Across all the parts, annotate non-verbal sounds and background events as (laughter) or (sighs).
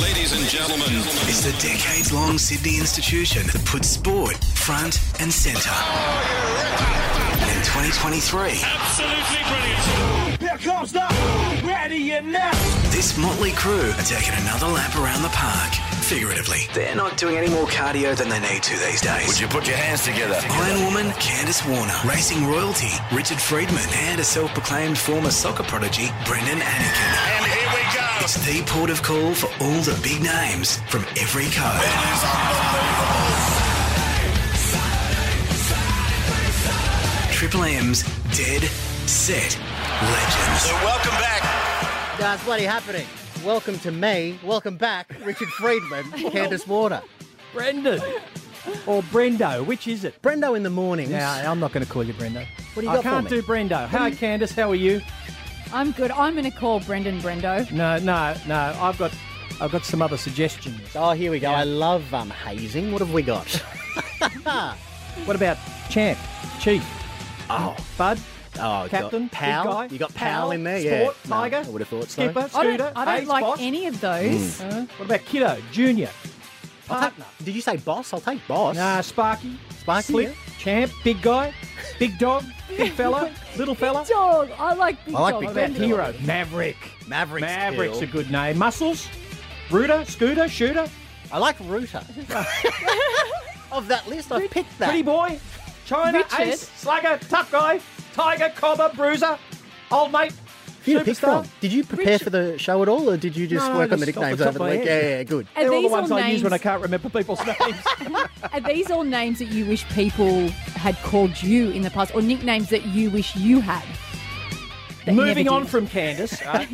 Ladies and gentlemen, It's the decades long Sydney institution that puts sport front and centre. And in 2023, Absolutely brilliant. Here comes the ready and now. this motley crew are taking another lap around the park, figuratively. They're not doing any more cardio than they need to these days. Would you put your hands together? Iron Woman, Candace Warner, racing royalty, Richard Friedman, and a self proclaimed former soccer prodigy, Brendan Anakin. And here we go. It's the port of call for all the big names from every code. Triple M's Dead Set Legends. Welcome back. That's bloody happening. Welcome to me. Welcome back, (laughs) Richard Friedman, Candice Warner. Brendan or Brendo, which is it? Brendo in the mornings. Now, I'm not going to call you Brendo. What do you I got for can't me? do Brendo. Hi, Candice. How are you? I'm good. I'm going to call Brendan Brendo. No, no, no. I've got, I've got some other suggestions. Oh, here we go. I love um, hazing. What have (laughs) we got? What about champ, chief? Oh, bud. Oh, Captain, got Powell. big guy. You got Powell in there, yeah. Sport, No, Tiger. I would have thought so. Skipper, I don't, Scooter, I don't Ace, like boss. any of those. Uh, what about Kiddo, Junior, Partner? Did you say boss? I'll take boss. Nah, Sparky, Sparky, Slick, yeah. Champ, Big Guy, Big Dog, Big (laughs) Fella, Little Fella. Dog. I like big I like dog. big What about Brendan. Hero, Maverick? Mavericks. Maverick's cool. a good name. Muscles, Rooter, Scooter, Shooter, I like (laughs) Rooter. (laughs) of that list, I picked that. Pretty Boy, China, Richard. Ace, Slugger, Tough Guy, Tiger, Cobber, Bruiser, Old Mate, You picked Superstar. from. Did you prepare Richard- for the show at all, or did you just No, work on the just off the nicknames top over the of my week? Yeah, head. yeah, good. Are They're all the these ones all I use when I names? can't remember people's (laughs) names. Are these all names that you wish people had called you in the past, or nicknames that you wish you had? That you Moving never on did? from Candace, (laughs) uh,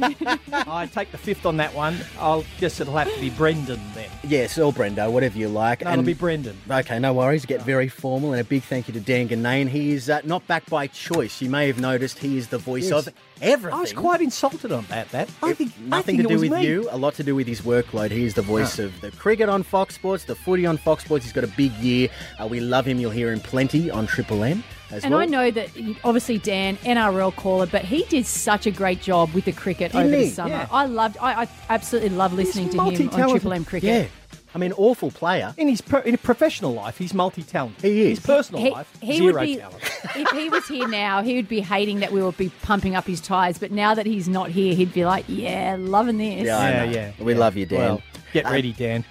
I take the fifth on that one. I'll guess it'll have to be Brendan then. Yes, or Brendo, whatever you like. No, it'll be Brendan. Okay, no worries. Get very formal, and a big thank you to Dan Ganane. He is uh, not back by choice. You may have noticed he is the voice Yes. of everything. I was quite insulted about that. I think I nothing think to it do was with me. Ah. you. A lot to do with his workload. He is the voice of the cricket on Fox Sports, the footy on Fox Sports. He's got a big year. Uh, we love him. You'll hear him plenty on Triple M as And well. I know that obviously Dan, NRL caller, but he did such a great job with the cricket Didn't over he? the summer. Yeah. I loved, I, I absolutely love listening to him on multi-talented. Triple M Yeah, cricket. I mean, awful player. In his pro- in his professional life, he's multi-talented. He is. His personal He- life, he zero would be, talent. if he (laughs) was here now, he would be hating that we would be pumping up his tyres. But now that he's not here, he'd be like, "Yeah, loving this." Yeah, I Yeah, know. yeah, We yeah. love you, Dan. Well, get ready, Dan.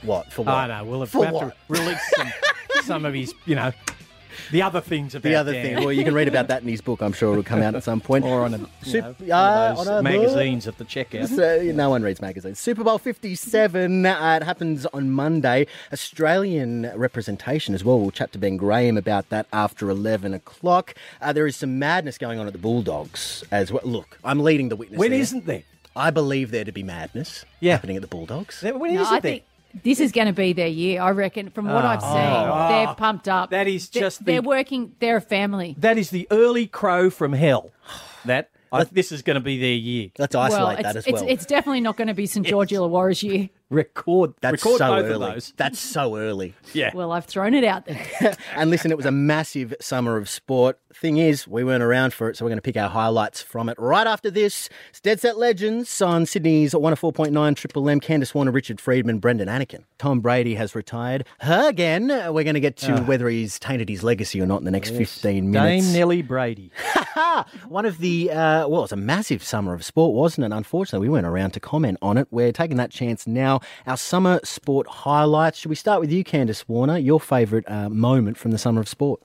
What for? What? I know. We'll have, For we'll have to what? release (laughs) some, some of his, you know, the other things about The other Dan. thing, well, you can read about that in his book. I'm sure it'll come out at some (laughs) point. or on a, you Sup- know, one uh, of those on a- magazines at the checkout. So, no one reads magazines. Super Bowl 57, uh, it happens on Monday. Australian representation as well. We'll chat to Ben Graham about that after 11 o'clock. Uh, there is some madness going on at the Bulldogs as well. Look, I'm leading the witness. When there. isn't there? I believe there to be madness Yeah. happening at the Bulldogs. There- When No, isn't I there? think this is going to be their year. I reckon, from what Ah. I've seen, Oh. they're pumped up. That is They- just the- they're working. They're a family. That is the early crow from (sighs) hell. That I, this is going to be their year. Let's well, isolate it's, that as it's, well. it's definitely not going to be St George Illawarra's year. Record That's record so both early. of those. That's so early. Yeah. Well, I've thrown it (laughs) out there. And listen, it was a massive summer of sport. Thing is, we weren't around for it, so we're going to pick our highlights from it right after this. It's Dead Set Legends on Sydney's 104.9 Triple M. Candice Warner, Richard Friedman, Brendan Anakin. Tom Brady has retired again. We're going to get to whether he's tainted his legacy or not in the next 15 minutes. Ah, Dame Nellie Brady. One of the, uh, well, it was a massive summer of sport, wasn't it? Unfortunately, we weren't around to comment on it. We're taking that chance now. Our summer sport highlights. Should we start with you, Candice Warner? Your favourite uh, moment from the summer of sport?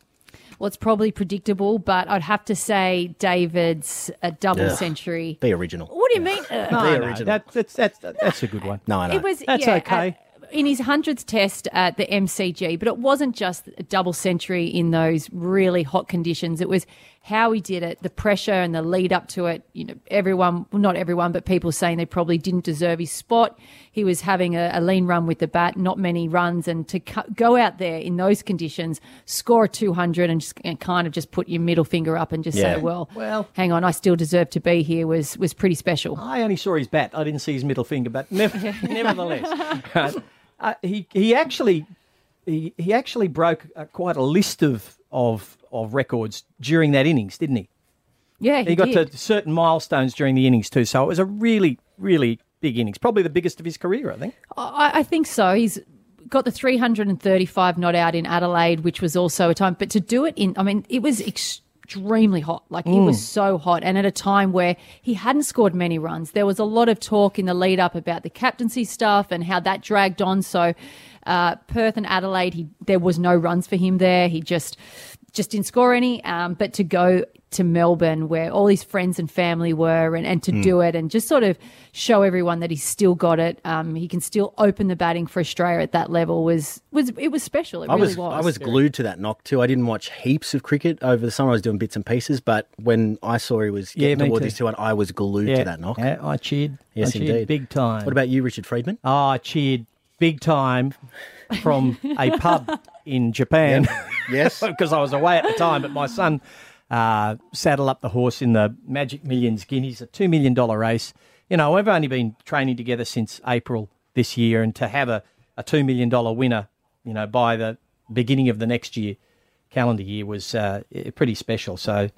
Well, it's probably predictable, but I'd have to say David's a double Ugh. century. Be original. What do you mean? uh, Ugh. No, no, original. that- that's, that's, that's a good one. No, I know. It was That's yeah, okay. uh, in his hundreds test at the MCG, but it wasn't just a double century in those really hot conditions. It was how he did it, the pressure and the lead up to it. You know, everyone, well, not everyone, but people saying they probably didn't deserve his spot. He was having a, a lean run with the bat, not many runs, and to cu- go out there in those conditions, score a 200 and, just, and kind of just put your middle finger up and just Yeah. say, well, Well- Oh. hang on, I still deserve to be here was, was pretty special. I only saw his bat. I didn't see his middle finger, but never, nevertheless, uh, uh, he he actually he, he actually broke uh, quite a list of of of records during that innings, didn't he? Yeah, He got did. to certain milestones during the innings too. So it was a really really big innings. Probably the biggest of his career, I think. I, I think so. He's got the 335 not out in Adelaide, which was also a time. But to do it in, I mean, it was extremely hot. Like it was so hot, and at a time where he hadn't scored many runs, there was a lot of talk in the lead up about the captaincy stuff and how that dragged on. So uh, Perth and Adelaide, he there was no runs for him there. He just just didn't score any. Um, but to go to Melbourne, where all his friends and family were, and, and to Hmm. do it and just sort of show everyone that he's still got it. Um, he can still open the batting for Australia at that level was was it was special. It I really was, was. I was glued to that knock too. I didn't watch heaps of cricket over the summer. I was doing bits and pieces, but when I saw he was Yeah, getting me towards too. his two, and I was glued to that knock. Yeah, I cheered. Yes, I cheered indeed. Big time. What about you, Richard Friedman? Oh, I cheered big time from a pub in Japan. (laughs) Yes. because I was away at the time. But my son uh, saddled up the horse in the Magic Millions Guineas, a two million dollar race. You know, we've only been training together since April this year, and to have a, a two million dollar winner, you know, by the beginning of the next year calendar year was uh, i- pretty special. So,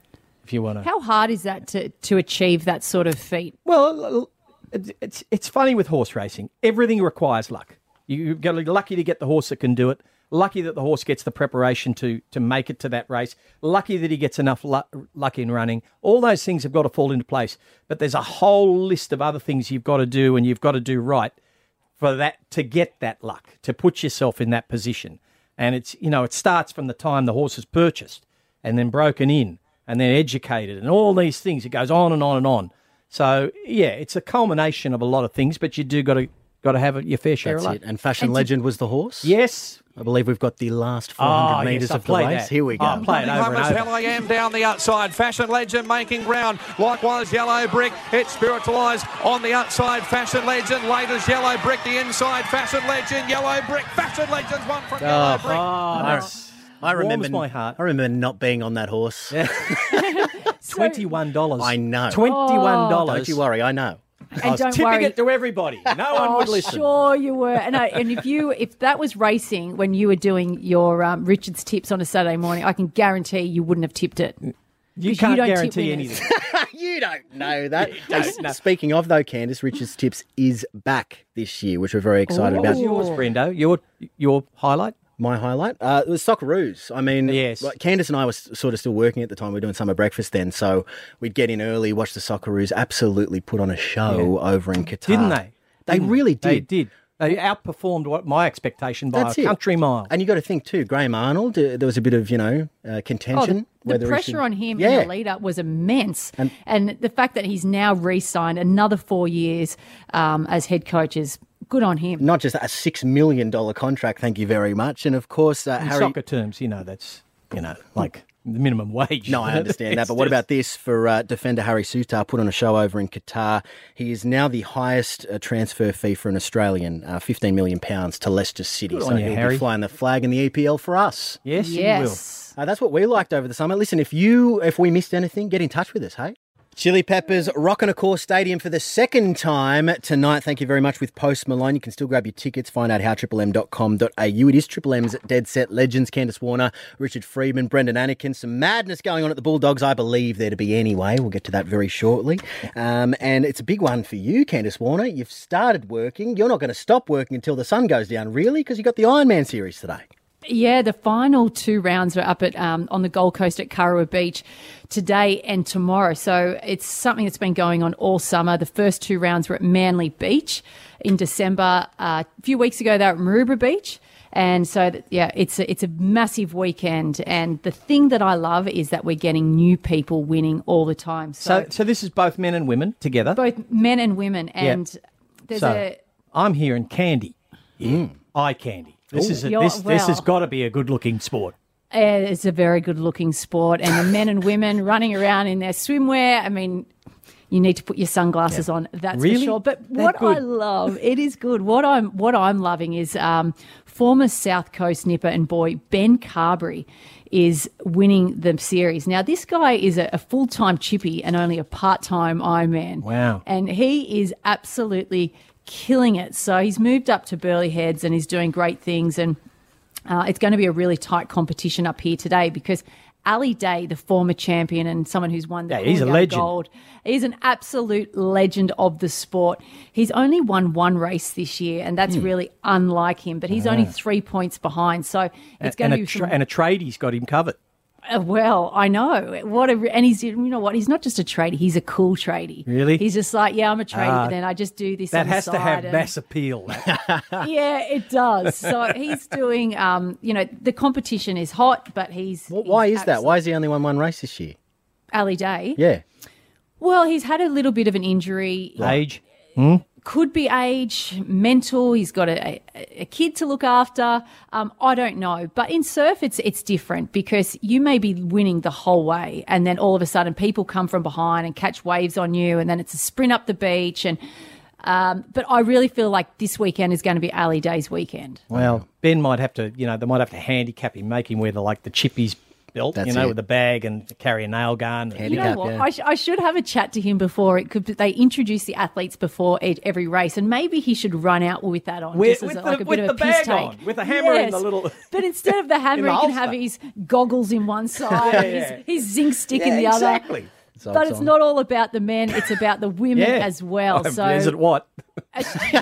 if you want to, How hard is that to to achieve that sort of feat? well, l- it's it's- it's funny with horse racing. Everything requires luck. You- You've got to be lucky to get the horse that can do it. Lucky that the horse gets the preparation to to make it to that race. Lucky that he gets enough luck, luck in running. All those things have got to fall into place. But there's a whole list of other things you've got to do and you've got to do right for that to get that luck to put yourself in that position and it's you know it starts from the time the horse is purchased and then broken in and then educated and all these things it goes on and on and on so yeah it's a culmination of a lot of things but you do got to got to have your fair share That's of luck it. And fashion legend was the horse. yes I believe we've got the last 400 Ah, yes, metres I'll of the play race. that. Here we go. I'll play it over Hummus and over. Hell I Am down the outside. Fashion Legend making ground. Likewise, Yellow Brick. It's spiritualized on the outside. Fashion Legend. Latest Yellow Brick. The inside. Fashion Legend. Yellow Brick. Fashion Legend's one from Yellow Brick. I, I remember my heart. I remember not being on that horse. Twenty-one dollars. I know. Twenty-one Don't dollars. you worry, (laughs) I know. And I was don't tipping worry, it to everybody. No one would Oh, listen. Sure, you were. And I, and if you if that was racing when you were doing your um, Richard's tips on a Saturday morning, I can guarantee you wouldn't have tipped it. You you can't don't tip guarantee winners. anything. You don't know that. (laughs) Hey, Speaking of though, Candice, Richard's Tips is back this year, which we're very excited What about. was yours, Brendo? Your your highlight? My highlight? Uh, it was Socceroos. I mean, Yes. like, Candice and I were s- sort of still working at the time. We were doing summer breakfast then. So we'd get in early, watch the Socceroos, absolutely put on a show over in Qatar. Didn't they? They really did. They did. They outperformed what my expectation by That's a it. country mile. And you got to think too, Graham Arnold, uh, there was a bit of, you know, uh, Oh, contention. the, the whether he pressure should- on him yeah. in the lead up was immense. And, the fact that he's now re signed another four years um, as head coach is good on him. Not just that, a $6 million contract, thank you very much. And of course, uh, In Harry. soccer terms, you know, that's you know like the minimum wage. No, (laughs) I understand that. It's But what just- about this for uh, defender Harry Sutar put on a show over in Qatar? He is now the highest uh, transfer fee for an Australian, uh, fifteen million pounds to Leicester City. Good so on you, he'll be Harry. flying the flag in the EPL for us. Yes, you will. yes. Uh, that's what we liked over the summer. Listen, if you if we missed anything, get in touch with us, hey. Chili Peppers rocking a core stadium for the second time tonight. Thank you very much with Post Malone. You can still grab your tickets. Find out how triplem.com.au. It is Triple M's Dead Set Legends. Candace Warner, Richard Friedman, Brendan Anakin. Some madness going on at the Bulldogs, I believe there to be anyway. We'll get to that very shortly. Um, and it's a big one for you, Candace Warner. You've started working. You're not going to stop working until the sun goes down, really, because you got the Iron Man series today. Yeah, the final two rounds are up at um, on the Gold Coast at Currawah Beach today and tomorrow. So it's something that's been going on all summer. The first two rounds were at Manly Beach in December. Uh, a few weeks ago, they were at Maroubra Beach. And so, that, yeah, it's a, it's a massive weekend. And the thing that I love is that we're getting new people winning all the time. So, So, so this is both men and women together. both men and women. And there's so a. I'm here in candy, Mm. eye candy. This is a, You're- this this has well. got to be a good looking sport. Uh, It's a very good looking sport, and the men and women running around in their swimwear. I mean, you need to put your sunglasses on. That's Really? for sure. But That what I good? love, it is good. What I'm what I'm loving is um, former South Coast nipper and boy Ben Carberry is winning the series. Now this guy is a, a full time chippy and only a part time Ironman. Wow. And he is absolutely killing it. So he's moved up to Burley Heads and he's doing great things and. Uh, it's going to be a really tight competition up here today because Ali Day, the former champion and someone who's won the Yeah, he's a Coolangatta legend. Gold. He's an absolute legend of the sport. He's only won one race this year, and Hmm. that's really unlike him. But he's only three points behind, so it's going and, to Ah. a be tra- some- and a tradie's got him covered. uh, Well, I know what, a, and he's you know what? He's not just a tradie; he's a cool tradie. Really? He's just like, yeah, I'm a tradie, Ah, but then I just do this. That on the has to have side and- mass appeal. (laughs) that. yeah, it does. So he's doing, um, you know, the competition is hot, but he's. Wh- Why he's is that? Why is he only won one race this year? absolute- Ali Day? Yeah. Well, he's had a little bit of an injury. Age. Could be age, mental. He's got a, a, a kid to look after. Um, I don't know. But in surf, it's it's different because you may be winning the whole way, and then all of a sudden, people come from behind and catch waves on you, and then it's a sprint up the beach. And um, but I really feel like this weekend is going to be Ali Day's weekend. Well, Ben might have to, you know, they might have to handicap him, make him wear the like the chippies belt, That's you know, it. with the bag and carry a nail gun. You know handicap, what? yeah. I, sh- I should have a chat to him before it could. They introduce the athletes before e- every race, and maybe he should run out with that on, With- just as with a- the- like a with bit of the a piss bag take. on, with the hammer and the little- (laughs) but (laughs) instead of the hammer, the he can have holster. his goggles in one side, (laughs) and yeah. his, his zinc stick Yeah, in the exactly. other. It's old But it's song. not all about the men; it's about the women as well. Oh, So is it what?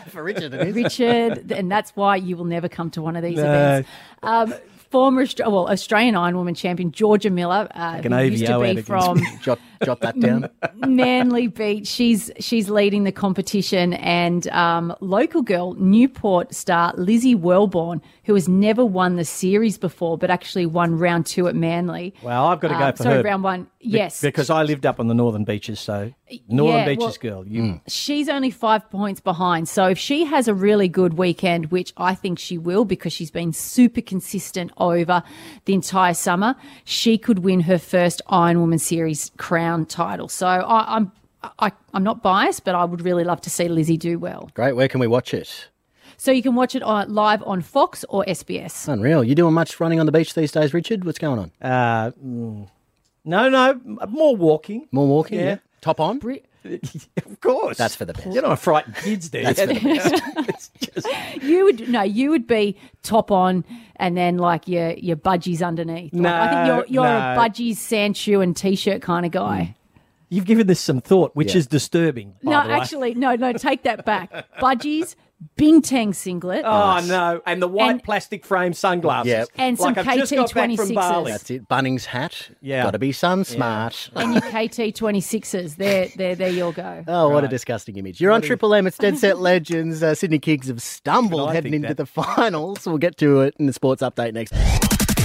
For Richard, it is. (laughs) Richard, th- and that's why you will never come to one of these No. events. Um, former Austra- well Australian Ironwoman champion Georgia Miller, uh, an who used to AVO be ad against from (laughs) jot, jot that down. Manly Beach. She's she's leading the competition, and um, local girl Newport star Lizzie Wellborn, who has never won the series before, but actually won round two at Manly. Well, I've got to go Um, for sorry, her. round one. Be- Yes, because I lived up on the northern beaches, so northern yeah, beaches well- girl. You, Mm. she's only five points behind. So if she has a really good weekend, which I think she will because she's been super consistent over the entire summer, she could win her first Iron Woman Series crown title. So I, I'm. I, I'm not biased, but I would really love to see Lizzie do well. Great. Where can we watch it? So you can watch it on, live on Fox or SBS. Unreal. You doing much running on the beach these days, Richard? What's going on? No, no, m- more walking. More walking? Yeah. yeah. Top on? Of course. That's for the best. You know, I frighten kids there. That's for the (laughs) It's just- You would no, you would be top on, and then like your your budgies underneath. Like, I think No, you're you're a no. budgies, sand shoe, and t-shirt kind of guy. you've given this some thought, which Yeah. is disturbing. by No, the way. actually, no, no, take that back. Budgies, Bintang singlet, Oh no! And the white And- plastic frame sunglasses. Yep. And like some I've just got back from KT26s. Bali. That's it. Bunnings hat. Yeah. Got to be sun smart. and your KT 26s. There, there, there you'll go. Oh, what a disgusting image. You're on Triple M. It's Dead Set Legends. Uh, Sydney Kings have stumbled I heading think into that- the (laughs) finals. We'll get to it in the sports update next.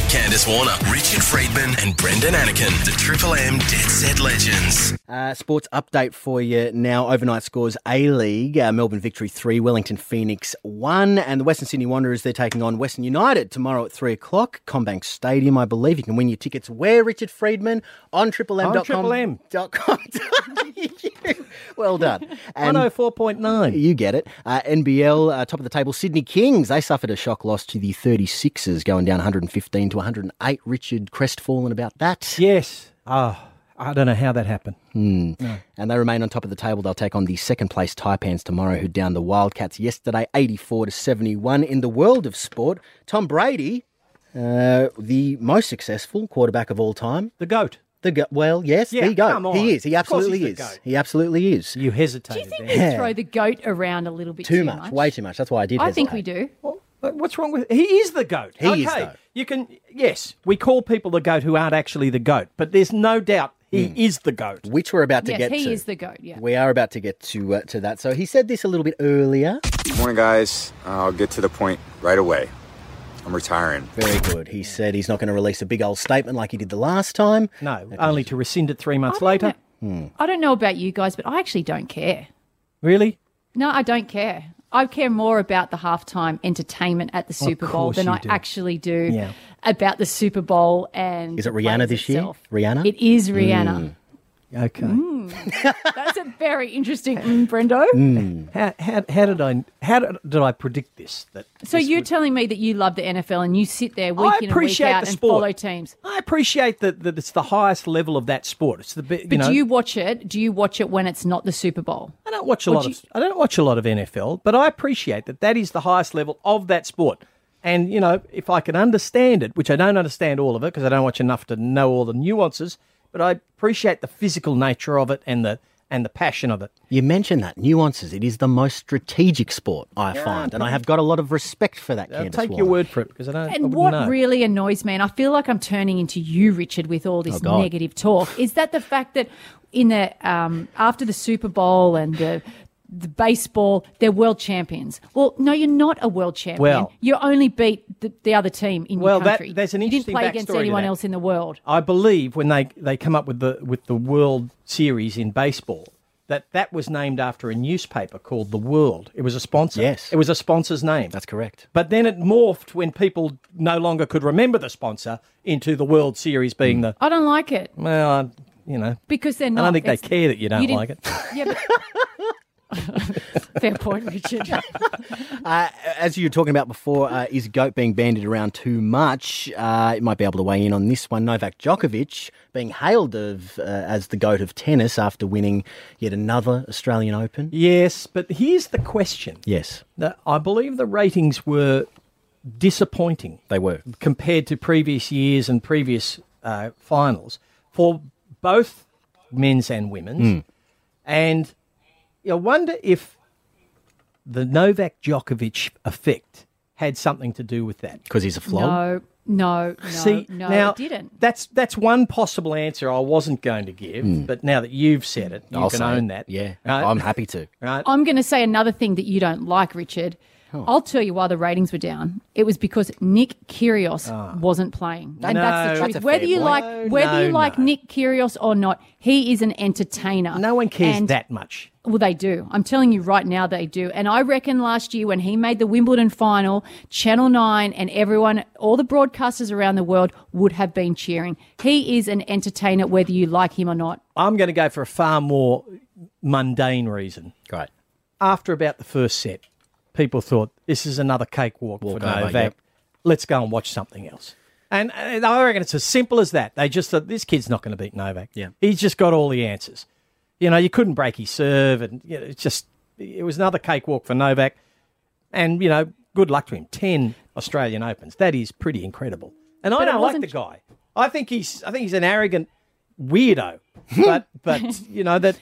Candace Warner, Richard Friedman, and Brendan Anakin, the Triple M Dead Set Legends. Uh, sports update for you now. Overnight scores A League, uh, Melbourne Victory 3, Wellington Phoenix 1, and the Western Sydney Wanderers, they're taking on Western United tomorrow at 3 o'clock, Combank Stadium, I believe. You can win your tickets where, Richard Friedman? On triple M. On Triple M. Dot com. (laughs) (laughs) well done. And 104.9. you get it. Uh, NBL, uh, top of the table, Sydney Kings. They suffered a shock loss to the 36ers, going down 115 to 108. Richard crestfallen about that. Yes. Oh, I don't know how that happened. And they remain on top of the table. They'll take on the second place Taipans tomorrow, who downed the Wildcats yesterday, 84 to 71. In the world of sport, Tom Brady, uh, the most successful quarterback of all time. The goat. The go- well, yes, Yeah, the goat. come on. He is. He Of course absolutely he's the is. goat. He absolutely is. You hesitated. I think there. we throw the goat around a little bit too, Too much, way too much. That's why I did. I think we hesitate. do. Well, but what's wrong with? He is the goat. He okay. is, though. You can. Yes, we call people the goat who aren't actually the goat, but there's no doubt he Hmm. is the goat. Which we're about to Yes, get he to. is the goat. Yeah. We are about to get to uh, to that. So he said this a little bit earlier. Morning, guys. I'll get to the point right away. I'm retiring. Very good. He said he's not going to release a big old statement like he did the last time. No, only to rescind it three months later. Hmm. I don't know about you guys, but I actually don't care. Really? No, I don't care. I care more about the halftime entertainment at the Super Bowl course than you I do. actually do Yeah. about the Super Bowl and Is it the Rihanna players this year? itself. Rihanna? Hmm. It is Rihanna. Okay. Hmm. That's a very interesting, mm, Brendo. Hmm. How, how, how did I how did, did I predict this? That So this you're would- telling me that you love the NFL and you sit there week I in and week appreciate out the and sport. follow teams. I appreciate that, that it's the highest level of that sport. It's the bit. You But know, do you watch it? Do you watch it when it's not the Super Bowl? I don't watch a lot you- of I don't watch a lot of NFL, but I appreciate that that is the highest level of that sport. And, you know, if I can understand it, which I don't understand all of it because I don't watch enough to know all the nuances, but I appreciate the physical nature of it and the and the passion of it. You mentioned that nuances. It is the most strategic sport I find, and I have got a lot of respect for that. I'll Candace take your Waller. word for it because I don't I And wouldn't what know. really annoys me, and I feel like I'm turning into you, Richard, with all Oh, this God. negative talk, is that the fact that in the um, after the Super Bowl and the the baseball, they're world champions. Well, no, you're not a world champion. Well- you only beat the, the other team in Well, your that- country. there's an You interesting didn't play against backstory to anyone that. else in the world. I believe when they, they come up with the with the World Series in baseball, that that was named after a newspaper called The World. It was a sponsor. Yes. it was a sponsor's name. That's correct. But then it morphed when people no longer could remember the sponsor into the World Series being the I don't like it Mm. well, I- you know. because they're I not. don't think they It's- care that you don't didn't- like it. Yeah, but... Fair point, (laughs) Richard. As you were talking about before, uh, is goat being bandied around too much? Uh, it might be able to weigh in on this one. Novak Djokovic being hailed of, uh, as the goat of tennis after winning yet another Australian Open. Yes, but here's the question. Yes, Now, I believe the ratings were disappointing. they were. compared to previous years and previous uh, finals for both men's and women's. Hmm. And I wonder if the Novak Djokovic effect had something to do with that. Because he's a flog. no, no, no, See, no, now it didn't. That's that's one possible answer I wasn't going to give, but now that you've said it, you Hmm. I'll can say own it. that. Uh, Yeah, Right? I'm happy to. Right? I'm going to say another thing that you don't like, Richard. I'll tell you why the ratings were down. It was because Nick Kyrgios wasn't playing, and that's Ah. No, the truth. that's a whether fair you point. like No, whether no, you like no. Nick Kyrgios or not, he is an entertainer. no one cares And- that much. Well, they do. I'm telling you right now, they do. And I reckon last year when he made the Wimbledon final, Channel Nine and everyone, all the broadcasters around the world would have been cheering. He is an entertainer, whether you like him or not. I'm going to go for a far more mundane reason. Great. after about the first set, people thought this is another cakewalk for Walk over, Novak. yep. Let's go and watch something else. And, and I reckon it's as simple as that. They just thought this kid's not going to beat Novak. Yeah. he's just got all the answers. You know, you couldn't break his serve, and you know, it's just it was another cakewalk for Novak. And you know, good luck to him. Ten Australian Opens. That is pretty incredible. And I But it don't like the wasn't- guy. I think he's I think he's an arrogant (laughs) weirdo. but but you know that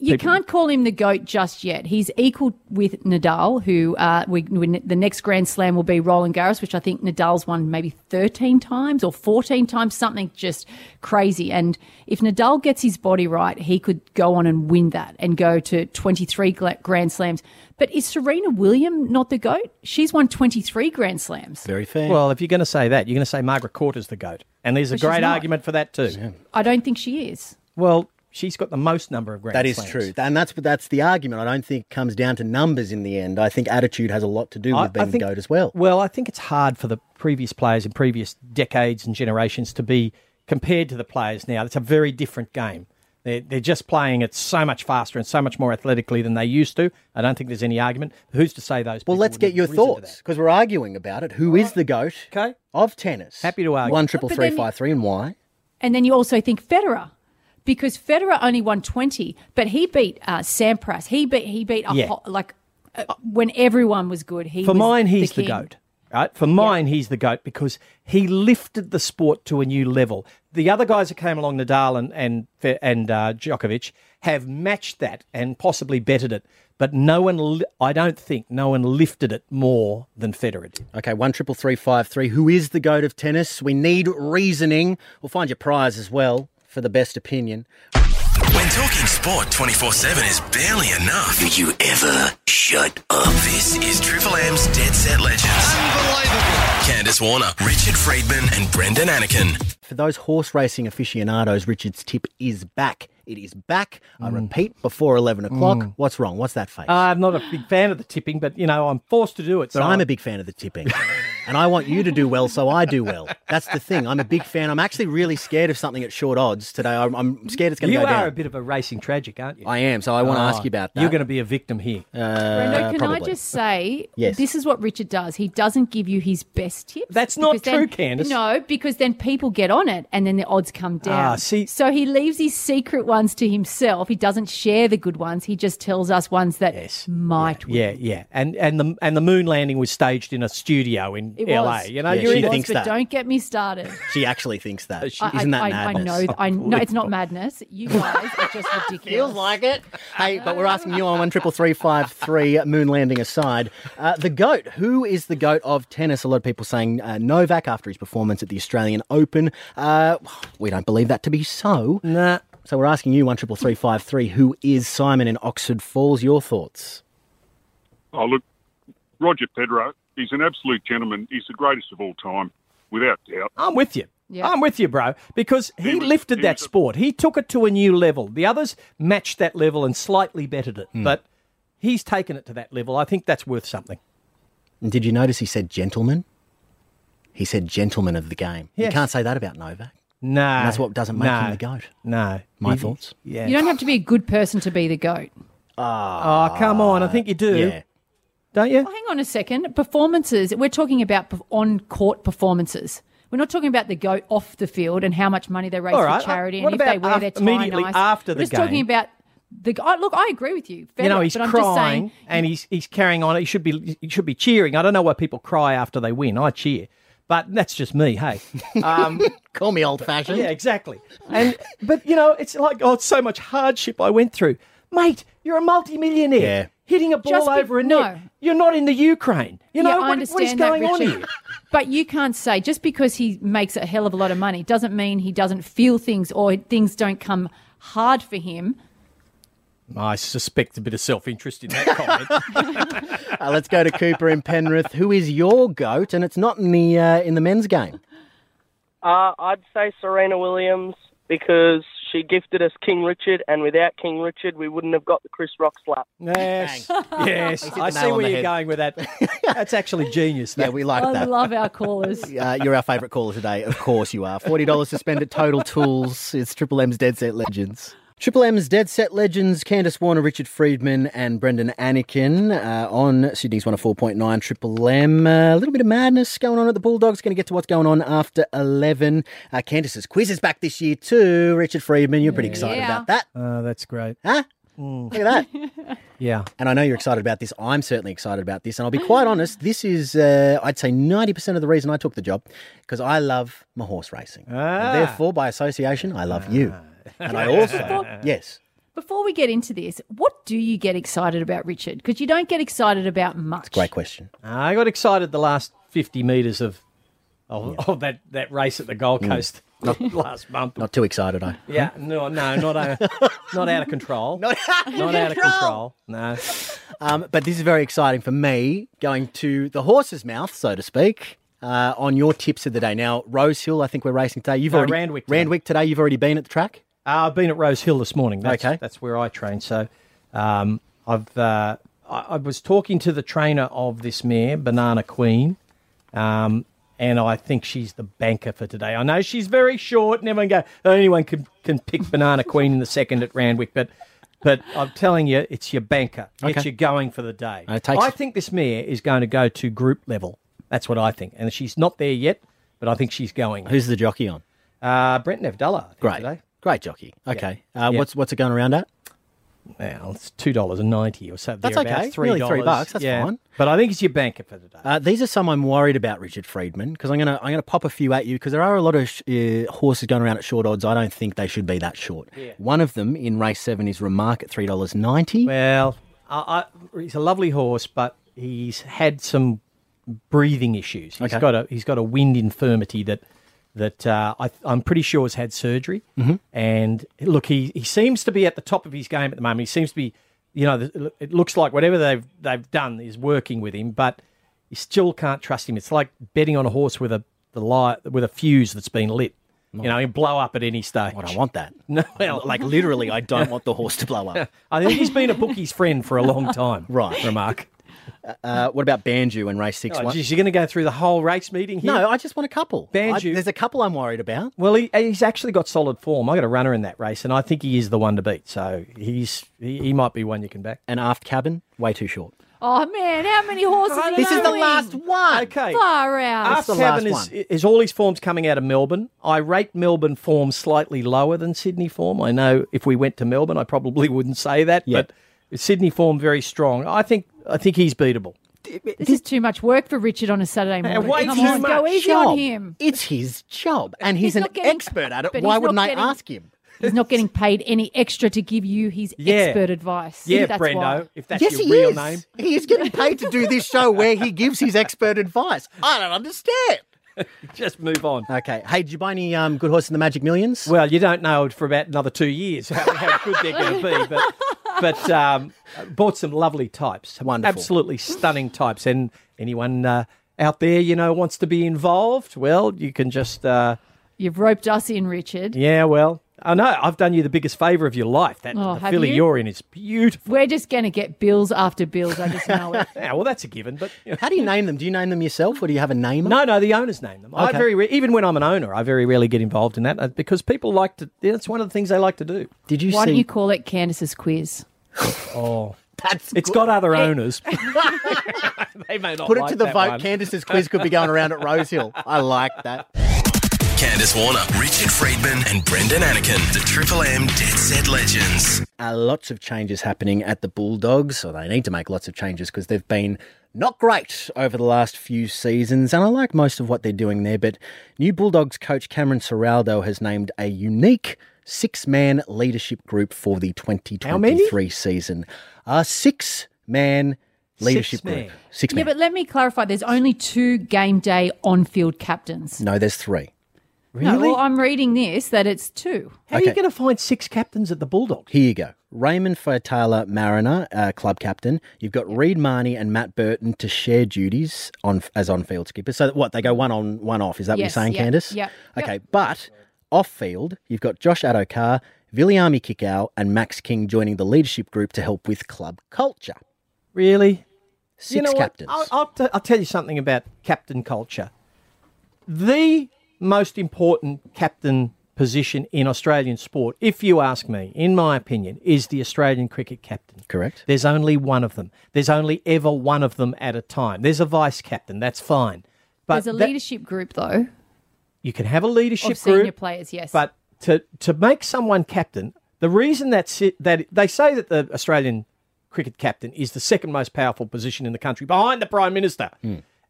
You people- can't call him the goat just yet. He's equal with Nadal, who uh, we, we, the next Grand Slam will be Roland Garros, which I think Nadal's won maybe thirteen times or fourteen times, something just crazy. And if Nadal gets his body right, he could go on and win that and go to twenty-three gla- Grand Slams. But is Serena Williams not the goat? She's won twenty-three Grand Slams. Very fair. Well, if you're going to say that, you're going to say Margaret Court is the goat, and there's a she's great not. argument for that too. I don't think she is. Well, she's got the most number of grand. That is slams. true, and that's that's the argument. I don't think it comes down to numbers in the end. I think attitude has a lot to do with being the goat as well. Well, I think it's hard for the previous players in previous decades and generations to be compared to the players now. It's a very different game. They're, they're just playing it so much faster and so much more athletically than they used to. I don't think there's any argument. Who's to say those? Well, let's get your thoughts because we're arguing about it. Who is the goat Okay. of tennis? Happy to argue. One triple But three then- five three and why? And then you also think Federer, because Federer only won twenty, but he beat uh, Sampras. He beat he beat a Yeah. ho- like uh, when everyone was good. He For was mine, he's the, king. goat. Right? For mine, he's the goat because he lifted the sport to a new level. The other guys that came along, Nadal and and Fe- and uh, Djokovic, have matched that and possibly bettered it. But no one, li- I don't think, no one lifted it more than Federer did. Okay, one triple three five three. Who is the goat of tennis? We need reasoning. We'll find your prize as well for the best opinion. When talking sport 24 7 is barely enough. Do you ever shut up? This is Triple M's Dead Set Legends. Unbelievable. Candace Warner, Richard Friedman, and Brendan Anakin. For those horse racing aficionados, Richard's tip is back. It is back. I Mm. repeat, before eleven o'clock. What's Uh, wrong? What's that face? I'm not a big fan of the tipping, but you know I'm forced to do it. but I'm a big fan of the tipping. and I want you to do well, so I do well. That's the thing. I'm a big fan. I'm actually really scared of something at short odds today. I'm, I'm scared it's going to You go are down. a bit of a racing tragic, aren't you? Oh, I am, so I want to ask you about that. You're going to be a victim here. Uh, Brendo, can I probably. just say, Yes. this is what Richard does. He doesn't give you his best tips. That's not because true, then, Candace. No, because then people get on it and then the odds come down. Ah, see- so he leaves his secret ones to himself. He doesn't share the good ones. He just tells us ones that might win. yeah, yeah, and and the and the moon landing was staged in a studio in It LA. was. You know, Yeah, you're she in But thinks that. don't get me started. She actually thinks that. she- Isn't that I, I, I madness? know. (laughs) I know it's not madness. You guys are just (laughs) ridiculous. Feels like it. Hey, but we're asking you on one triple three five three. uh, Moon landing aside, uh, the goat. Who is the goat of tennis? A lot of people saying uh, Novak after his performance at the Australian Open. Uh, we don't believe that to be so. nah. So we're asking you one triple three five three. Who is Simon in Oxford Falls? Your thoughts? Oh, look, Roger Federer, he's an absolute gentleman. He's the greatest of all time, without doubt. I'm with you. Yeah. I'm with you, bro, because he, was- lifted he that was a- sport. He took it to a new level. The others matched that level and slightly bettered Hmm. it, but he's taken it to that level. I think that's worth something. And did you notice he said gentleman? He said gentleman of the game. Yes. You can't say that about Novak. No, that's what doesn't make him no, the goat. No, My He- thoughts? Yeah. You don't have to be a good person to be the goat. oh, come on! I think you do, Yeah. don't you? Well, hang on a second. Performances. We're talking about on court performances. We're not talking about the goat off the field and how much money they raise All right. uh, for charity What and if they about wear af- their tie immediately nice. after We're the just talking game? about the. g- I look, I agree with you. You know, Federer, he's but I'm just crying saying, and he's he's carrying on. He should be he should be cheering. I don't know why people cry after they win. I cheer, but that's just me. (laughs) Hey, Call me old fashioned. yeah, exactly. And but you know, it's like oh, it's so much hardship I went through, mate. You're a multimillionaire. Yeah. Hitting a ball Just be- over a no. net. You're not in the Ukraine. You know yeah, I what, understand what is going that, on Richard. here? (laughs) But you can't say just because he makes a hell of a lot of money doesn't mean he doesn't feel things or things don't come hard for him. I suspect a bit of self interest in that comment. Uh, let's go to Cooper in Penrith. Who is your goat? And it's not in the uh, in the men's game. Uh, I'd say Serena Williams because she gifted us King Richard, and without King Richard, we wouldn't have got the Chris Rock slap. (laughs) yes, yes. I the see nail on where the you're head. going with that. That's actually genius. Yeah, that. we like I that. love our callers. uh, you're our favourite caller today. Of course you are. $40 to spend at Total Tools. It's Triple M's Dead Set Legends. Triple M's Dead Set Legends, Candace Warner, Richard Friedman, and Brendan Anakin uh, on Sydney's 104.9 Triple M. Uh, a little bit of madness going on at the Bulldogs. Going to get to what's going on after 11. Uh, Candace's quiz is back this year too. Richard Friedman, you're pretty excited Yeah. about that. Oh, that's great. Huh? Look at that. Yeah. And I know you're excited about this. I'm certainly excited about this. And I'll be quite Mm. honest, this is, uh, I'd say, 90% of the reason I took the job because I love my horse racing. Ah. And therefore, by association, I love you. And I (laughs) also, yes. Before we get into this, what do you get excited about, Richard? Because you don't get excited about much. Great question. Uh, I got excited the last 50 metres of of, of that, that race at the Gold Coast (laughs) last month. Not too excited, I. yeah, no, no, not, uh, not out of control. (laughs) Not, out of control. No. Um, but this is very exciting for me, going to the horse's mouth, so to speak, uh, on your tips of the day. Now, Rose Hill, I think we're racing today. You've No, already Randwick today. Randwick today. You've already been at the track. Uh, I've been at Rose Hill this morning. That's, Okay. that's where I train. So, um, I've uh, I, I was talking to the trainer of this mare, Banana Queen, um, and I think she's the banker for today. I know she's very short, and everyone go anyone can can pick Banana Queen in the second at Randwick, but. But I'm telling you, it's your banker. It's Okay. you going for the day. And it takes- I think this mare is going to go to group level. That's what I think. And she's not there yet, but I think she's going. Who's the jockey on? Uh, Brent Nevdala. I think, Great. Today. Great jockey. Okay. Uh, Yeah. What's, what's it going around at? Now it's two dollars and ninety or so. That's thereabouts, okay. Three Nearly three bucks, that's yeah. fine. But I think it's your banker for today. Uh, these are some I'm worried about, Richard Friedman, because I'm gonna I'm gonna pop a few at you because there are a lot of sh- uh, horses going around at short odds. I don't think they should be that short. One of them in race seven is Remark at three dollars ninety. well, I, I, he's a lovely horse, but he's had some breathing issues. He's Okay. got a he's got a wind infirmity that that uh, I, I'm pretty sure has had surgery. Mm-hmm. And look, he he seems to be at the top of his game at the moment. He seems to be, you know, the- it looks like whatever they've they've done is working with him, but you still can't trust him. It's like betting on a horse with a the light with a fuse that's been lit. You know, he'll blow up at any stage. I don't want that. (laughs) No, well, Like (laughs) literally, I don't want the horse to blow up. I think he's been a bookie's friend for a long time. (laughs) Right. Remark. Uh, what about Banju in race six? Oh, One- geez, you're going to go through the whole race meeting here? No, I just want a couple. Banju. I- there's a couple I'm worried about. Well, he, he's actually got solid form. I got a runner in that race, and I think he is the one to beat. So he's he, he might be one you can back. And aft cabin, way too short. Oh man, how many horses? Are you This is the doing? last one. Okay. Far out. the Aft Cabin last is, one. is all his forms coming out of Melbourne. I rate Melbourne form slightly lower than Sydney form. I know if we went to Melbourne, I probably (laughs) wouldn't say that, but Sydney form very strong. I think I think he's beatable. This is too much work for Richard on a Saturday morning. way Come too on, much. go easy job. on him. It's his job, and he's, He's an not getting- expert at it. but Why he's not wouldn't I getting- ask him? He's not getting paid any extra to give you his Yeah. expert advice. Yeah, That's Brendo, why. if that's yes, your he real is. name. (laughs) He is getting paid to do this show where he gives his expert advice. I don't understand. Just move on. Okay. Hey, did you buy any um, good horse in the Magic Millions? Well, you don't know for about another two years how, how good they're going to be, but but um, bought some lovely types, some Wonderful. absolutely stunning types. And anyone uh, out there, you know, wants to be involved, well, you can just uh, You've roped us in, Richard. yeah, well, I know I've done you the biggest favour of your life. That Oh, the have filly you? are in is beautiful. We're just going to get bills after bills. I just know it. Yeah, well, that's a given, but. you know. How do you name them? Do you name them yourself, or do you have a name? No, no, the owners name them. I Okay. very re- even when I'm an owner, I very rarely get involved in that uh, because people like to. That's one of the things they like to do. Did you Why see? don't you call it Candace's quiz? Oh, That's It's good. got other (laughs) owners. they may not Put it like to the that vote. one. Candace's quiz could be going around at Rosehill. I like that. Candace Warner, Richard Friedman, and Brendan Anakin, the Triple M Dead Set Legends. Uh, lots of changes happening at the Bulldogs, or they need to make lots of changes because they've been not great over the last few seasons. And I like most of what they're doing there, but new Bulldogs coach Cameron Serraldo has named a unique six man leadership group for the 2023 season. A six man leadership Six-man. group. Six Yeah, man. but let me clarify. There's only two game day on field captains. no, there's three. No, well, I'm reading this that it's two. How are you Okay. going to find six captains at the Bulldogs? Here you go. Raymond Fotala Mariner, uh, club captain. You've got Reed Marnie and Matt Burton to share duties on as on-field skipper. So what they go one on, one off. Is that what you're Yes, saying, yep, Candice? yep, yep. Okay, but off-field, you've got Josh Adokar, Viliami Kikau, and Max King joining the leadership group to help with club culture. Really? Six you know captains. What? I'll, I'll, t- I'll tell you something about captain culture. The most important captain position in Australian sport, if you ask me, in my opinion, is the Australian cricket captain. Correct. There's only one of them. There's only ever one of them at a time. There's a vice captain. That's fine. But There's a that- leadership group though you can have a leadership of senior group. players. Yes, But to to make someone captain, the reason that's it, that they say that the Australian cricket captain is the second most powerful position in the country behind the prime minister.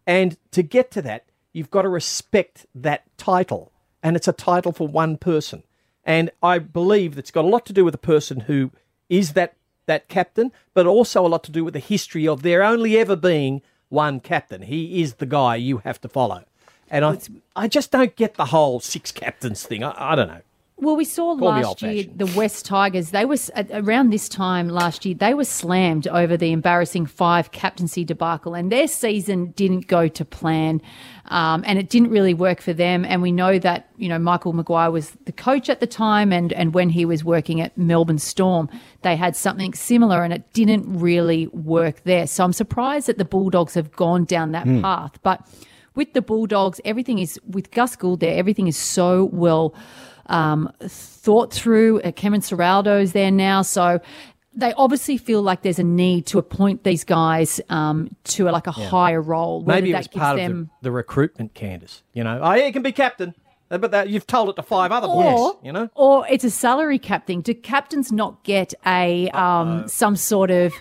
And to get to that, you've got to respect that title, and it's a title for one person. And I believe that's got a lot to do with the person who is that that captain, but also a lot to do with the history of there only ever being one captain. He is the guy you have to follow. And I, I just don't get the whole six captains thing. I, I don't know. Well, we Call saw me last year old-fashioned. the West Tigers. They were s- at- around this time last year. They were slammed over the embarrassing five captaincy debacle, and their season didn't go to plan, um, and it didn't really work for them. And we know that you know Michael Maguire was the coach at the time, and and when he was working at Melbourne Storm, they had something similar, and it didn't really work there. So I'm surprised that the Bulldogs have gone down that Hmm. path, but. With the Bulldogs, everything is with Gus Gould there. Everything is so well um, thought through. Uh, Cameron Serraldo's there now, so they obviously feel like there's a need to appoint these guys um, to like a higher role. Whether Maybe it that was gives part of them, the, the recruitment, Candace. You know, oh, yeah, you can be captain, Uh, but that, you've told it to five other boys, or you know? or it's a salary cap thing. Do captains not get a Uh, um, some sort of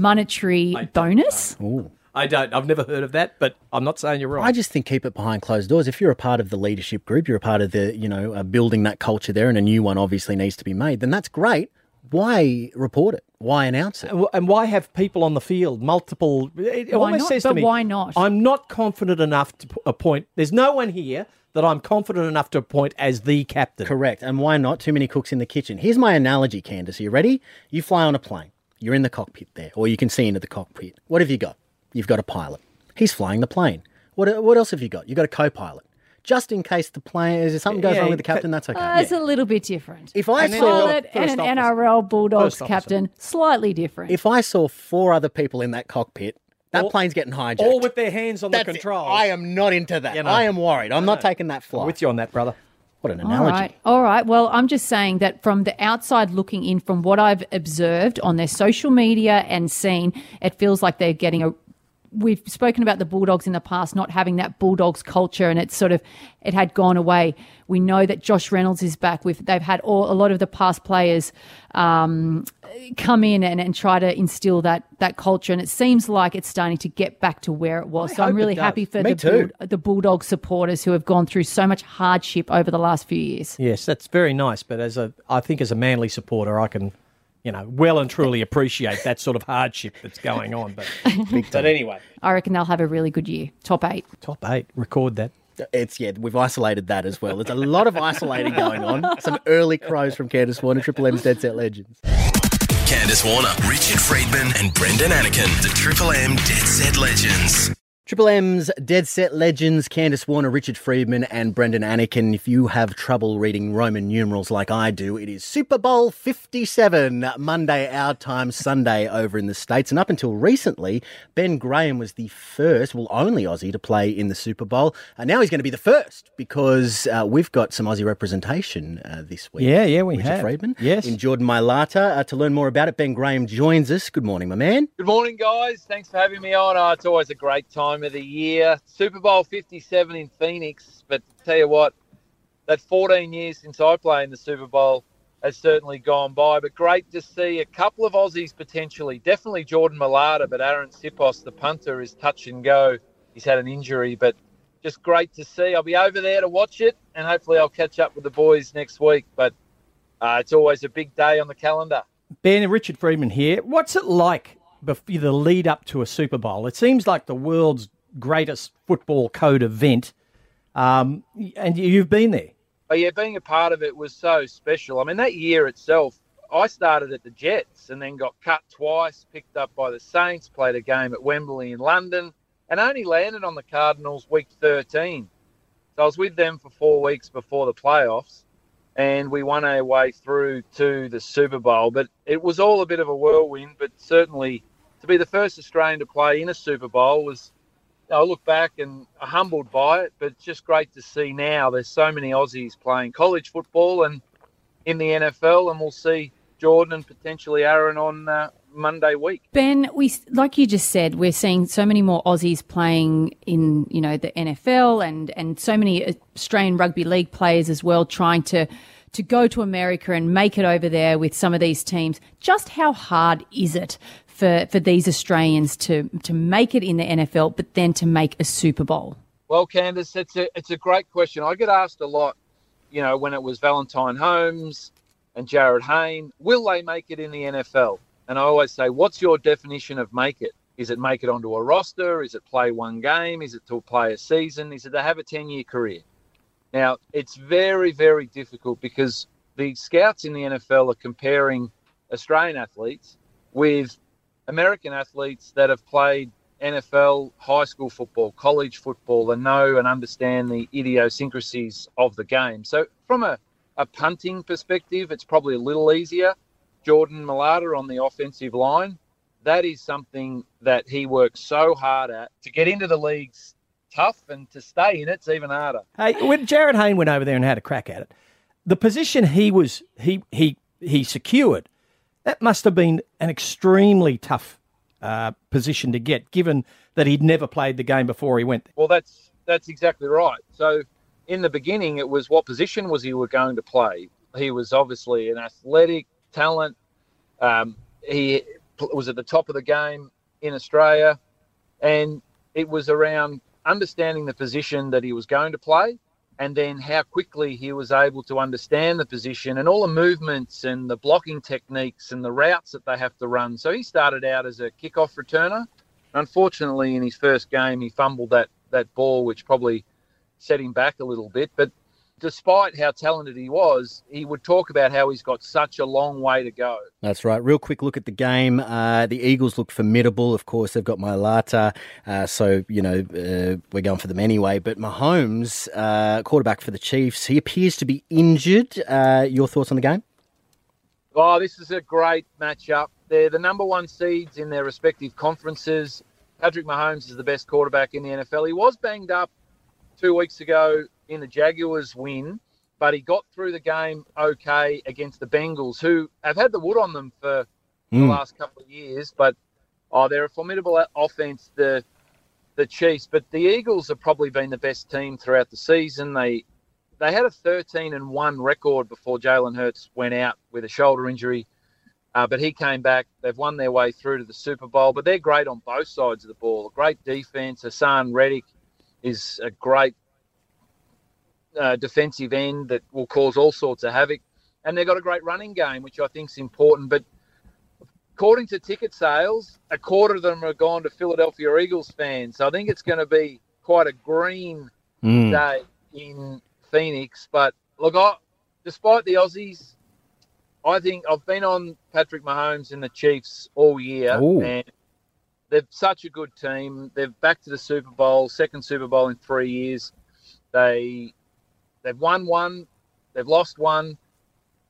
monetary bonus? I don't. I've never heard of that, but I'm not saying you're wrong. I just think keep it behind closed doors. If you're a part of the leadership group, you're a part of the, you know, uh, building that culture there, and a new one obviously needs to be made. Then that's great. Why report it? Why announce it? And wh- and why have people on the field multiple? It it Why almost not? says to But me, why not? I'm not confident enough to p- appoint. There's no one here that I'm confident enough to appoint as the captain. Correct. And why not? Too many cooks in the kitchen. Here's my analogy, Candace. Are you ready? You fly on a plane. You're in the cockpit there, or you can see into the cockpit. What have you got? You've got a pilot. He's flying the plane. What, what else have you got? You've got a co pilot. Just in case the plane, if something goes Yeah, wrong with the ca- captain, that's okay. That's Uh, a little bit different. If I a saw- pilot and First an officer. NRL Bulldogs First officer. captain, slightly different. If I saw four other people in that cockpit, That plane's getting hijacked. All with their hands on That's the it. controls. I am not into that. You know. I am worried. I'm not No. taking that flight. I'm with you on that, brother. What an All analogy. right. All right. Well, I'm just saying that from the outside looking in, from what I've observed on their social media and seen, it feels like they're getting a. We've spoken about the Bulldogs in the past not having that Bulldogs culture, and it's sort of it had gone away. We know that Josh Reynolds is back. We've they've had all, a lot of the past players um, come in and, and try to instill that that culture, and it seems like it's starting to get back to where it was. I so I'm hope it really does. happy for Me the, too. Bull- the Bulldog supporters who have gone through so much hardship over the last few years. Yes, that's very nice. But as a, I think as a Manly supporter, I can, you know, well and truly appreciate that sort of hardship that's going on. But, but anyway, I reckon they'll have a really good year. Top eight. top eight, record that. It's yeah, we've isolated that as well. There's a lot of isolating going on. Some early crows from Candace Warner, Triple M's Dead Set Legends. Candace Warner, Richard Friedman, and Brendan Anakin, the Triple M Dead Set Legends. Triple M's Dead Set Legends, Candace Warner, Richard Friedman, and Brendan Anakin. If you have trouble reading Roman numerals like I do, it is Super Bowl 57, Monday our time, Sunday over in the States. And up until recently, Ben Graham was the first, well, only Aussie to play in the Super Bowl. And now he's going to be the first because uh, we've got some Aussie representation uh, this week. Yeah, yeah, we Richard have. Friedman. Yes. In Jordan Mailata. Uh, to learn more about it, Ben Graham joins us. Good morning, my man. Good morning, guys. Thanks for having me on. Oh, it's always a great time of the year. Super Bowl 57 in Phoenix, but tell you what, that 14 years since I played in the Super Bowl has certainly gone by. But great to see a couple of Aussies potentially. Definitely Jordan Malata, but Aaron Sipos, the punter, is touch and go. He's had an injury, but just great to see. I'll be over there to watch it, and hopefully I'll catch up with the boys next week. But uh, it's always a big day on the calendar. Ben and Richard Friedman here. What's it like before the lead up to a Super Bowl? It seems like the world's greatest football code event, um, and you- you've been there. But yeah, being a part of it was so special. I mean, that year itself, I started at the Jets and then got cut twice, picked up by the Saints, played a game at Wembley in London, and only landed on the Cardinals week 13. So I was with them for four weeks before the playoffs, and we won our way through to the Super Bowl. But it was all a bit of a whirlwind, but certainly to be the first Australian to play in a Super Bowl was I look back and I'm humbled by it, but it's just great to see now there's so many Aussies playing college football and in the NFL, and we'll see Jordan and potentially Aaron on uh, Monday week. Ben, we like you just said, we're seeing so many more Aussies playing in you know the NFL and and so many Australian rugby league players as well trying to to go to America and make it over there with some of these teams. Just how hard is it for for these Australians to to make it in the NFL, but then to make a Super Bowl? Well, Candace, it's a it's a great question. I get asked a lot, you know, when it was Valentine Holmes and Jared Hayne, will they make it in the NFL? And I always say, what's your definition of make it? Is it make it onto a roster? Is it play one game? Is it to play a season? Is it to have a ten year career? Now, it's very, very difficult because the scouts in the NFL are comparing Australian athletes with American athletes that have played NFL, high school football, college football, and know and understand the idiosyncrasies of the game. So, from a, a punting perspective, it's probably a little easier. Jordan Malata on the offensive line, that is something that he works so hard at. To get into the league's tough, and to stay in it's even harder. Hey, when Jared Hayne went over there and had a crack at it, the position he was he he he secured, that must have been an extremely tough uh, position to get, given that he'd never played the game before he went there. Well, that's that's exactly right. So, in the beginning, it was what position was he were going to play. He was obviously an athletic talent. Um, he pl- was at the top of the game in Australia, and it was around understanding the position that he was going to play, and then how quickly he was able to understand the position and all the movements and the blocking techniques and the routes that they have to run. So he started out as a kickoff returner. Unfortunately, in his first game, he fumbled that that ball, which probably set him back a little bit. But despite how talented he was, he would talk about how he's got such a long way to go. That's right. Real quick look at the game. Uh, the Eagles look formidable. Of course, they've got Mailata, uh, so you know uh, we're going for them anyway. But Mahomes, uh, quarterback for the Chiefs, he appears to be injured. Uh, your thoughts on the game? Oh, this is a great matchup. They're the number one seeds in their respective conferences. Patrick Mahomes is the best quarterback in the NFL. He was banged up two weeks ago in the Jaguars win, but he got through the game okay against the Bengals, who have had the wood on them for the Mm. last couple of years. But oh, they're a formidable o- offense. The the Chiefs, but the Eagles have probably been the best team throughout the season. They they had a 13 and one record before Jalen Hurts went out with a shoulder injury, uh, but he came back. They've won their way through to the Super Bowl, but they're great on both sides of the ball. Great defense. Hassan Reddick is a great uh, defensive end that will cause all sorts of havoc, and they've got a great running game, which I think is important. But according to ticket sales, a quarter of them are gone to Philadelphia Eagles fans. So I think it's going to be quite a green Mm. day in Phoenix. But look, I, despite the Aussies, I think I've been on Patrick Mahomes and the Chiefs all year, Ooh. and they're such a good team. They're back to the Super Bowl, second Super Bowl in three years. They they've won one, they've lost one,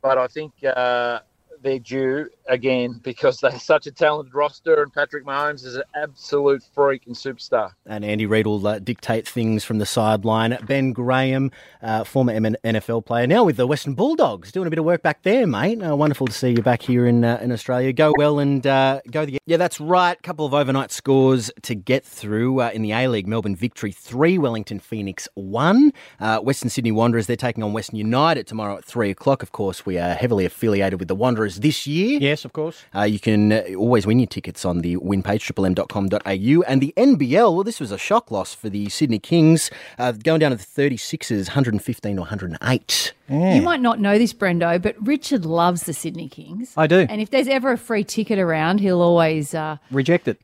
but I think uh, they're due again (laughs) because they're such a talented roster, and Patrick Mahomes is an absolute freak and superstar. and Andy Reid will uh, dictate things from the sideline. Ben Graham, uh, former M- NFL player, now with the Western Bulldogs, doing a bit of work back there, mate. Uh, wonderful to see you back here in uh, in Australia. Go well and uh, go the yeah, that's right. Couple of overnight scores to get through uh, in the A League. Melbourne victory three, Wellington Phoenix one. Uh, Western Sydney Wanderers they're taking on Western United tomorrow at three o'clock. Of course, we are heavily affiliated with the Wanderers this year. Yes, of course. Uh, you can uh, always win your tickets on the win page, triplem.com.au. And the NBL, well, this was a shock loss for the Sydney Kings, uh, going down to the 36ers, 115 or 108. You might not know this, Brendo, but Richard loves the Sydney Kings. I do. And if there's ever a free ticket around, he'll always uh, Reject it.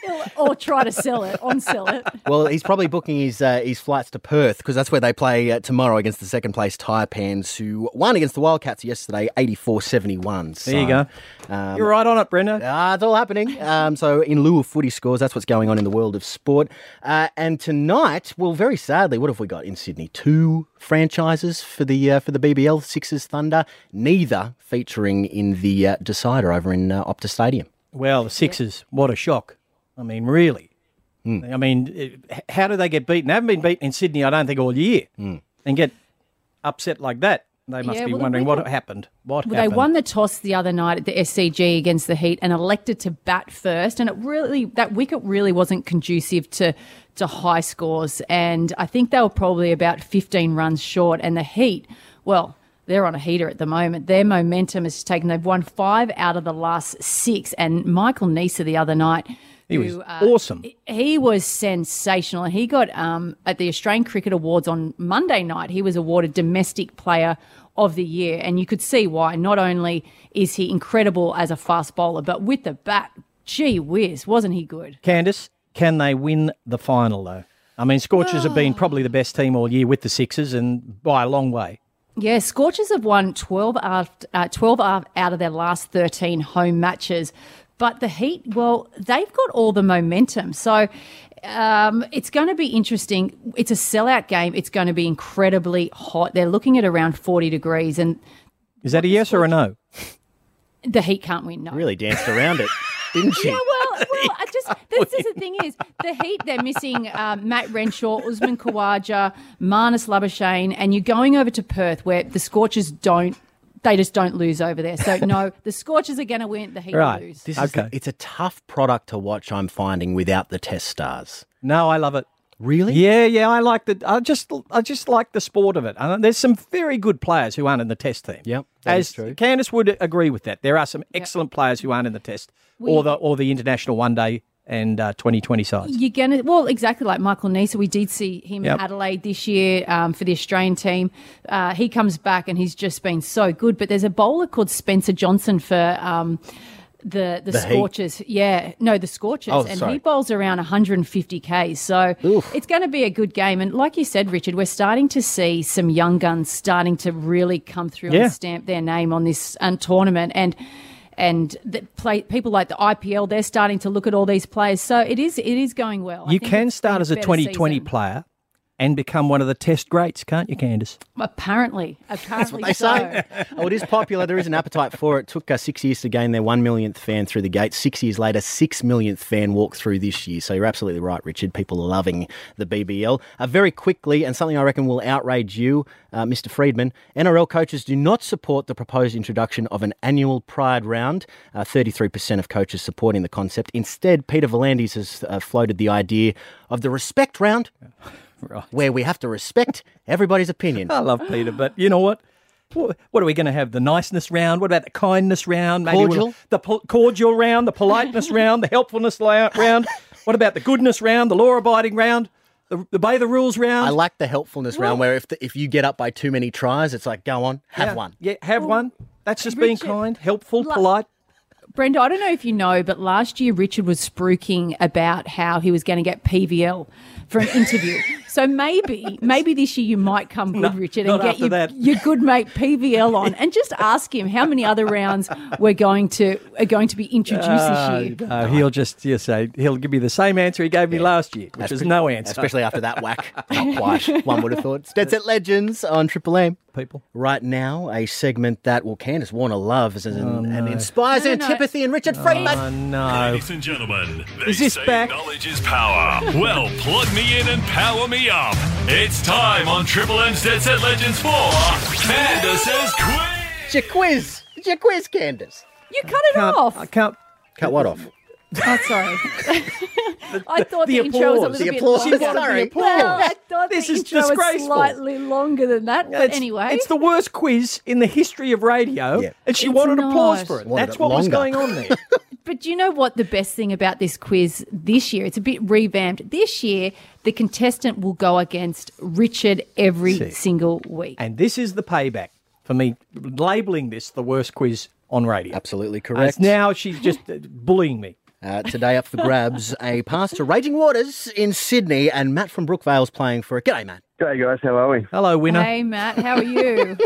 he'll, or try to sell it, on sell it. well, he's probably booking his uh, his flights to Perth because that's where they play uh, tomorrow against the second place Taipans, who won against the Wildcats yesterday, 84-71. There you go. go. Um, You're right on it, Brenda. Ah, it's all happening. Um, so, in lieu of footy scores, that's what's going on in the world of sport. Uh, and tonight, well, very sadly, what have we got in Sydney? Two franchises for the uh, for the BBL Sixers Thunder, neither featuring in the uh, decider over in uh, Optus Stadium. Well, the Sixers, what a shock. I mean, really. I mean, it- h- how do they get beaten? They haven't been beaten in Sydney, I don't think, all year and get upset like that. They must Yeah, be well, wondering we what got- happened. What Well, they happened? won the toss the other night at the SCG against the Heat and elected to bat first. And it really that wicket really wasn't conducive to to high scores. And I think they were probably about 15 runs short. And the Heat, well, they're on a heater at the moment. Their momentum has taken. They've won five out of the last six. And Michael Nisa the other night. He was who, uh, awesome. he was sensational. He got um, at the Australian Cricket Awards on Monday night. He was awarded Domestic Player of the Year, and you could see why. Not only is he incredible as a fast bowler, but with the bat, gee whiz, wasn't he good? Candice, can they win the final, though? I mean, Scorchers have Ah. been probably the best team all year with the Sixers and by a long way. Yeah, Scorchers have won 12 out, uh, 12 out out of their last 13 home matches. But the Heat, well, they've got all the momentum. So um, it's going to be interesting. It's a sellout game. It's going to be incredibly hot. They're looking at around 40 degrees, and Is that a yes or a no? the Heat can't win. No. Really danced around (laughs) it, didn't she? Yeah, well, well, I just this is the thing is the Heat they're missing um, Matt Renshaw, Usman Khawaja, Marnus Labuschagne, and you're going over to Perth where the Scorchers don't. They just don't lose over there. So no, the Scorchers are going to win. The Heat will lose. This is the- it's a tough product to watch, I'm finding, without the test stars. No, I love it. Really? Yeah, yeah. I like the. I just, I just like the sport of it. And there's some very good players who aren't in the test team. Yep, that as is true. Candice would agree with that. There are some excellent players who aren't in the test We- or the or the international one day and uh, 2020 sides. You're gonna well exactly like Michael Nisa. We did see him Yep. in Adelaide this year um, for the Australian team. Uh, he comes back and he's just been so good. But there's a bowler called Spencer Johnson for. Um, the, the The Heat. scorchers, yeah, no, the scorchers, Oh, and sorry. he bowls around 150 k's. So it's going to be a good game, and like you said, Richard, we're starting to see some young guns starting to really come through Yeah. and stamp their name on this um, tournament, and and the play, people like the IPL, they're starting to look at all these players. So it is it is going well. I you think can it's start been as a better 2020 season. player and become one of the test greats, can't you, Candice? Apparently, apparently That's what they so. say. (laughs) oh, it is popular. There is an appetite for it. Took us six years to gain their one millionth fan through the gate. Six years later, six millionth fan walked through this year. So you're absolutely right, Richard. People are loving the BBL. Uh, very quickly, and something I reckon will outrage you, uh, Mr. Friedman. NRL coaches do not support the proposed introduction of an annual Pride round. Uh, 33% of coaches supporting the concept. Instead, Peter Volandis has uh, floated the idea of the respect round. Where we have to respect everybody's opinion. I love Peter, but you know what? Wh- What are we going to have? The niceness round? What about the kindness round? we'll- Cordial? the po- cordial round, the (laughs) politeness round, the helpfulness la- round. What about the goodness round, the law abiding round, the, the obey the rules round? I like the helpfulness round where if the, if you get up by too many tries, it's like go on, have Yeah. one. Yeah, have one. That's just Oh, Richard, being kind, helpful, la- polite. Brenda, I don't know if you know, but last year Richard was spruiking about how he was going to get PVL for (laughs) an interview. so maybe, maybe this year you might come good, No, Richard, not and get after your, that. your good mate PVL on, and just ask him how many other rounds we're going to are going to be introduced Ah, this year. no, he'll just you say he'll give me the same answer he gave me last year, which is no answer. (laughs) Especially after that whack. Not quite. One would have thought. It's Dead Set Legends on Triple M. People. Right now, a segment that, well, Candace Warner loves and, and Oh, no. inspires No, no, no. antipathy in Richard Friedman. Oh no. Ladies and gentlemen, they Is this say back? knowledge is power. well, plug me in and power me up. It's time on Triple M's Dead Set Legends 4, Candace's Quiz. It's your quiz. It's your quiz, Candace. You cut it Can't- off. I can't. Cut what off? Oh, sorry. (laughs) I thought the the, intro was a applause. The little bit applause. longer. Sorry. Well, I thought This the is intro was disgraceful. slightly longer than that. But It's- anyway, it's the worst quiz in the history of radio, Yeah. and she It's wanted applause not. for it. Wanted That's it what was longer. going on (laughs) there. But do you know what the best thing about this quiz this year? It's a bit revamped. This year, the contestant will go against Richard every See. single week. and this is the payback for me labeling this the worst quiz on radio. Absolutely Uh, it's correct. now she's just uh, bullying me. Uh, today up for grabs, a pass to Raging Waters in Sydney, and Matt from Brookvale's playing for it. G'day, Matt. G'day guys, how are we? Hello, winner. Hey, Matt, how are (laughs) you?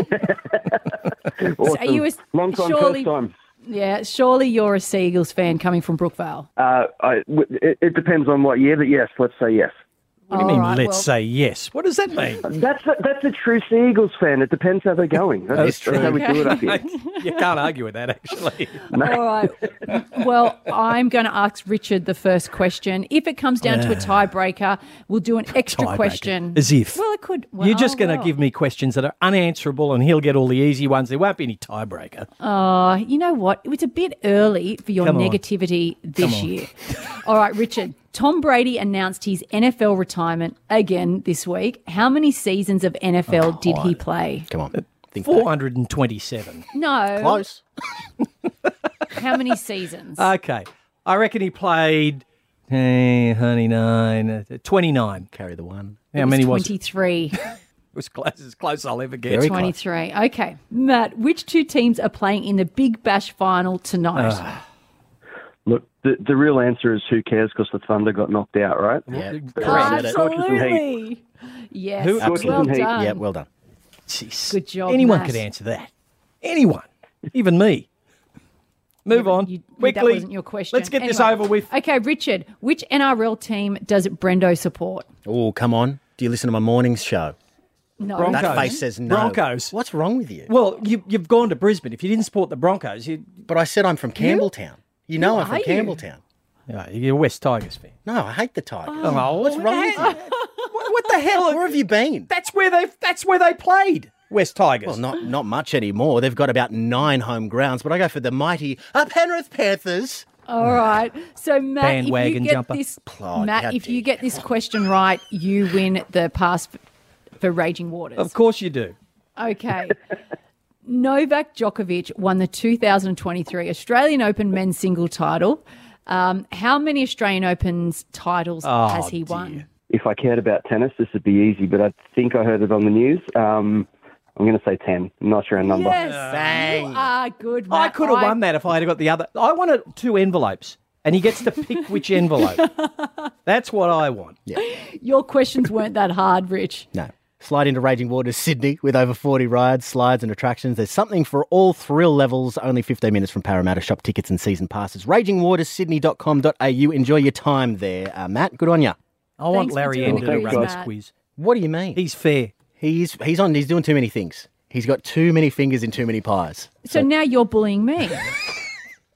So Are you a, Long time, surely, first time. Yeah, surely you're a Seagulls fan coming from Brookvale. Uh, I, w- it, it depends on what year, but yes, let's say yes. What do you mean? All right, let's well- say yes. What does that (laughs) mean? That's a, that's a true Sea Eagles fan. It depends how they're going. That's, That's true. That's how we do (laughs) it up here. you can't argue with that, actually. All right. Well, I'm going to ask Richard the first question. If it comes down to a tiebreaker, we'll do an extra Tiebreaker. question. As if. Well, it could. Well, You're just going to well. give me questions that are unanswerable, and he'll get all the easy ones. There won't be any tiebreaker. Uh, you know what? It was a bit early for your Come on. negativity this year. All right, Richard. Tom Brady announced his NFL retirement again this week. How many seasons of Oh, NFL did he play? Come on. Think back. 427. No. Close. How many (laughs) seasons? Okay. I reckon he played, eh, honey, nine, uh, 29. Carry the one. How many was it? 23. It was close, as close I'll ever get. Very close. 23. Okay. Matt, which two teams are playing in the Big Bash final tonight? Ah, Look, the, the real answer is who cares because the Thunder got knocked out, right? Yeah. Correct. Absolutely. Yes. Who- well Absolutely. done. Yeah, well done. Jeez. Good job, Anyone Matt. could answer that. Anyone. Even me. Move on. You- That Quickly. wasn't your question. Let's get this Anyway. over with. Okay, Richard, which NRL team does Brendo support? Oh, come on. Do you listen to my morning's show? No. Broncos. That face says no. Broncos. What's wrong with you? Well, you, you've gone to Brisbane. If you didn't support the Broncos, you, But I said I'm from Campbelltown. You know I'm are from you? Campbelltown. Yeah, you're a West Tigers fan. No, I hate the Tigers. Oh, What's wrong with you? What, what the hell? Where have you been? That's where they. That's where they played. West Tigers. Well, not not much anymore. They've got about nine home grounds, but I go for the mighty uh, Penrith Panthers. All right. So Matt, if Bandwagon you get jumper. this, Oh, how Matt, if dare you get this question right, you win the pass f- for Raging Waters. of course you do. Okay. Novak Djokovic won the 2023 Australian Open men's single title. Um, how many Australian Opens titles has he won? If I cared about tennis, this would be easy, but I think I heard it on the news. Um, I'm going to say 10. I'm not sure a number. Yes, Bang. you are good. I Matt. could have won that if I had got the other. I wanted two envelopes, and he gets to (laughs) pick which envelope. That's what I want. Your questions weren't that hard, Rich. No. Slide into Raging Waters, Sydney, with over 40 rides, slides, and attractions. There's something for all thrill levels. Only 15 minutes from Parramatta. Shop tickets and season passes. RagingWatersSydney.com.au. Enjoy your time there, uh, Matt. Good on ya. I want Thanks for Larry doing Ender it, to run this Matt. quiz. What do you mean? He's fair. He's he's on. He's doing too many things. He's got too many fingers in too many pies. So now you're bullying me.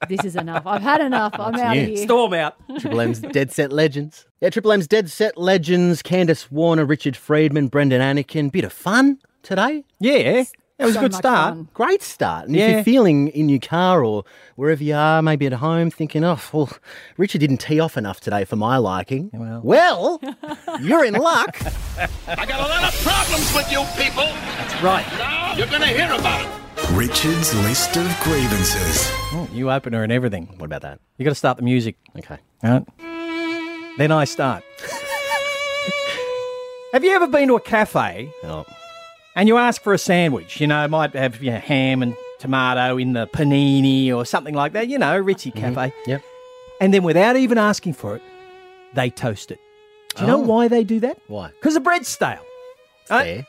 this is enough. I've had enough. I'm out of you. here. Storm out. (laughs) Triple (laughs) M's Dead Set Legends. Yeah, Triple M's Dead Set Legends. Candace Warner, Richard Friedman, Brendan Anakin. Bit of fun today. Yeah, that was a So good much start. fun. Great start. And if Yeah. you're feeling in your car or wherever you are, maybe at home, thinking, oh, well, Richard didn't tee off enough today for my liking. Well, (laughs) you're in luck. I got a lot of problems with you people. That's right. Now you're going to hear about it. Richard's list of grievances. Oh, you opener and everything. What about that? You got to start the music. Okay. All right. Then I start. have you ever been to a cafe Oh. and you ask for a sandwich? You know, it might have you know, ham and tomato in the panini or something like that. You know, Ritzy Cafe. Yep. And then without even asking for it, they toast it. Do you know Oh. why they do that? Why? Because the bread's stale. Uh, I-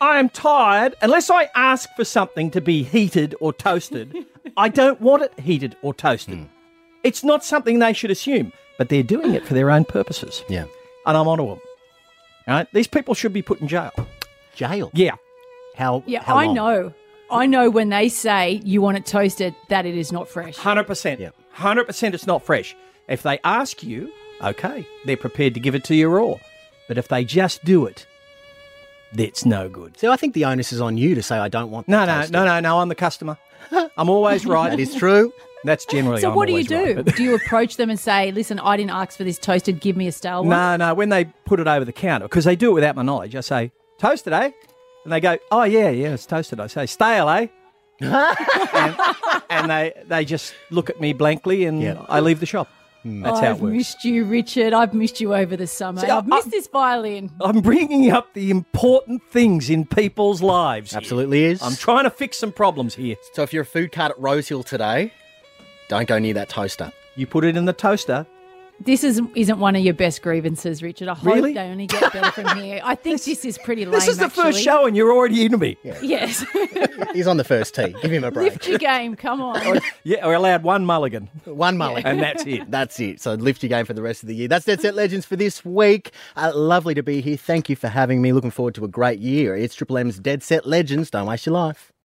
I am tired. Unless I ask for something to be heated or (laughs) toasted, I don't want it heated or Hmm. toasted. It's not something they should assume, but they're doing it for their own purposes. Yeah. And I'm onto them. All right? These people should be put in jail. Jail? Yeah. How? Yeah, I know. I know when they say you want it toasted that it is not fresh. 100%. Yeah. 100% it's not fresh. If they ask you, okay, they're prepared to give it to you raw. But if they just do it, that's no good. So I think the onus is on you to say I don't want. No, no, no, no, no. I'm the customer. I'm always (laughs) right. That is true. That's generally. So I'm what do you always right, do? but- do you approach them and say, "Listen, I didn't ask for this toasted. Give me a stale one." No, no. When they put it over the counter, because they do it without my knowledge, I say toasted, eh? And they go, oh yeah, yeah, it's toasted. I say stale, (laughs) eh? and, and they they just look at me blankly, and I leave the shop. That's I've how it works. missed you, Richard. I've missed you over the summer. See, I- I've missed this violin. I'm bringing up the important things in people's lives. Absolutely is. I'm trying to fix some problems here. So if you're a food cart at Rose Hill today, don't go near that toaster. You put it in the toaster. This is, isn't one of your best grievances, Richard. I hope Really? they only get better from here. I think this, is pretty lame. This is the first actually. show, and you're already into me. Yes. (laughs) He's on the first tee. Give him a break. Lift your game. Come on. Yeah, we're allowed one mulligan. One mullet. And that's it. That's it. So lift your game for the rest of the year. That's Dead Set Legends for this week. Uh, lovely to be here. Thank you for having me. Looking forward to a great year. It's Triple M's Dead Set Legends. Don't waste your life.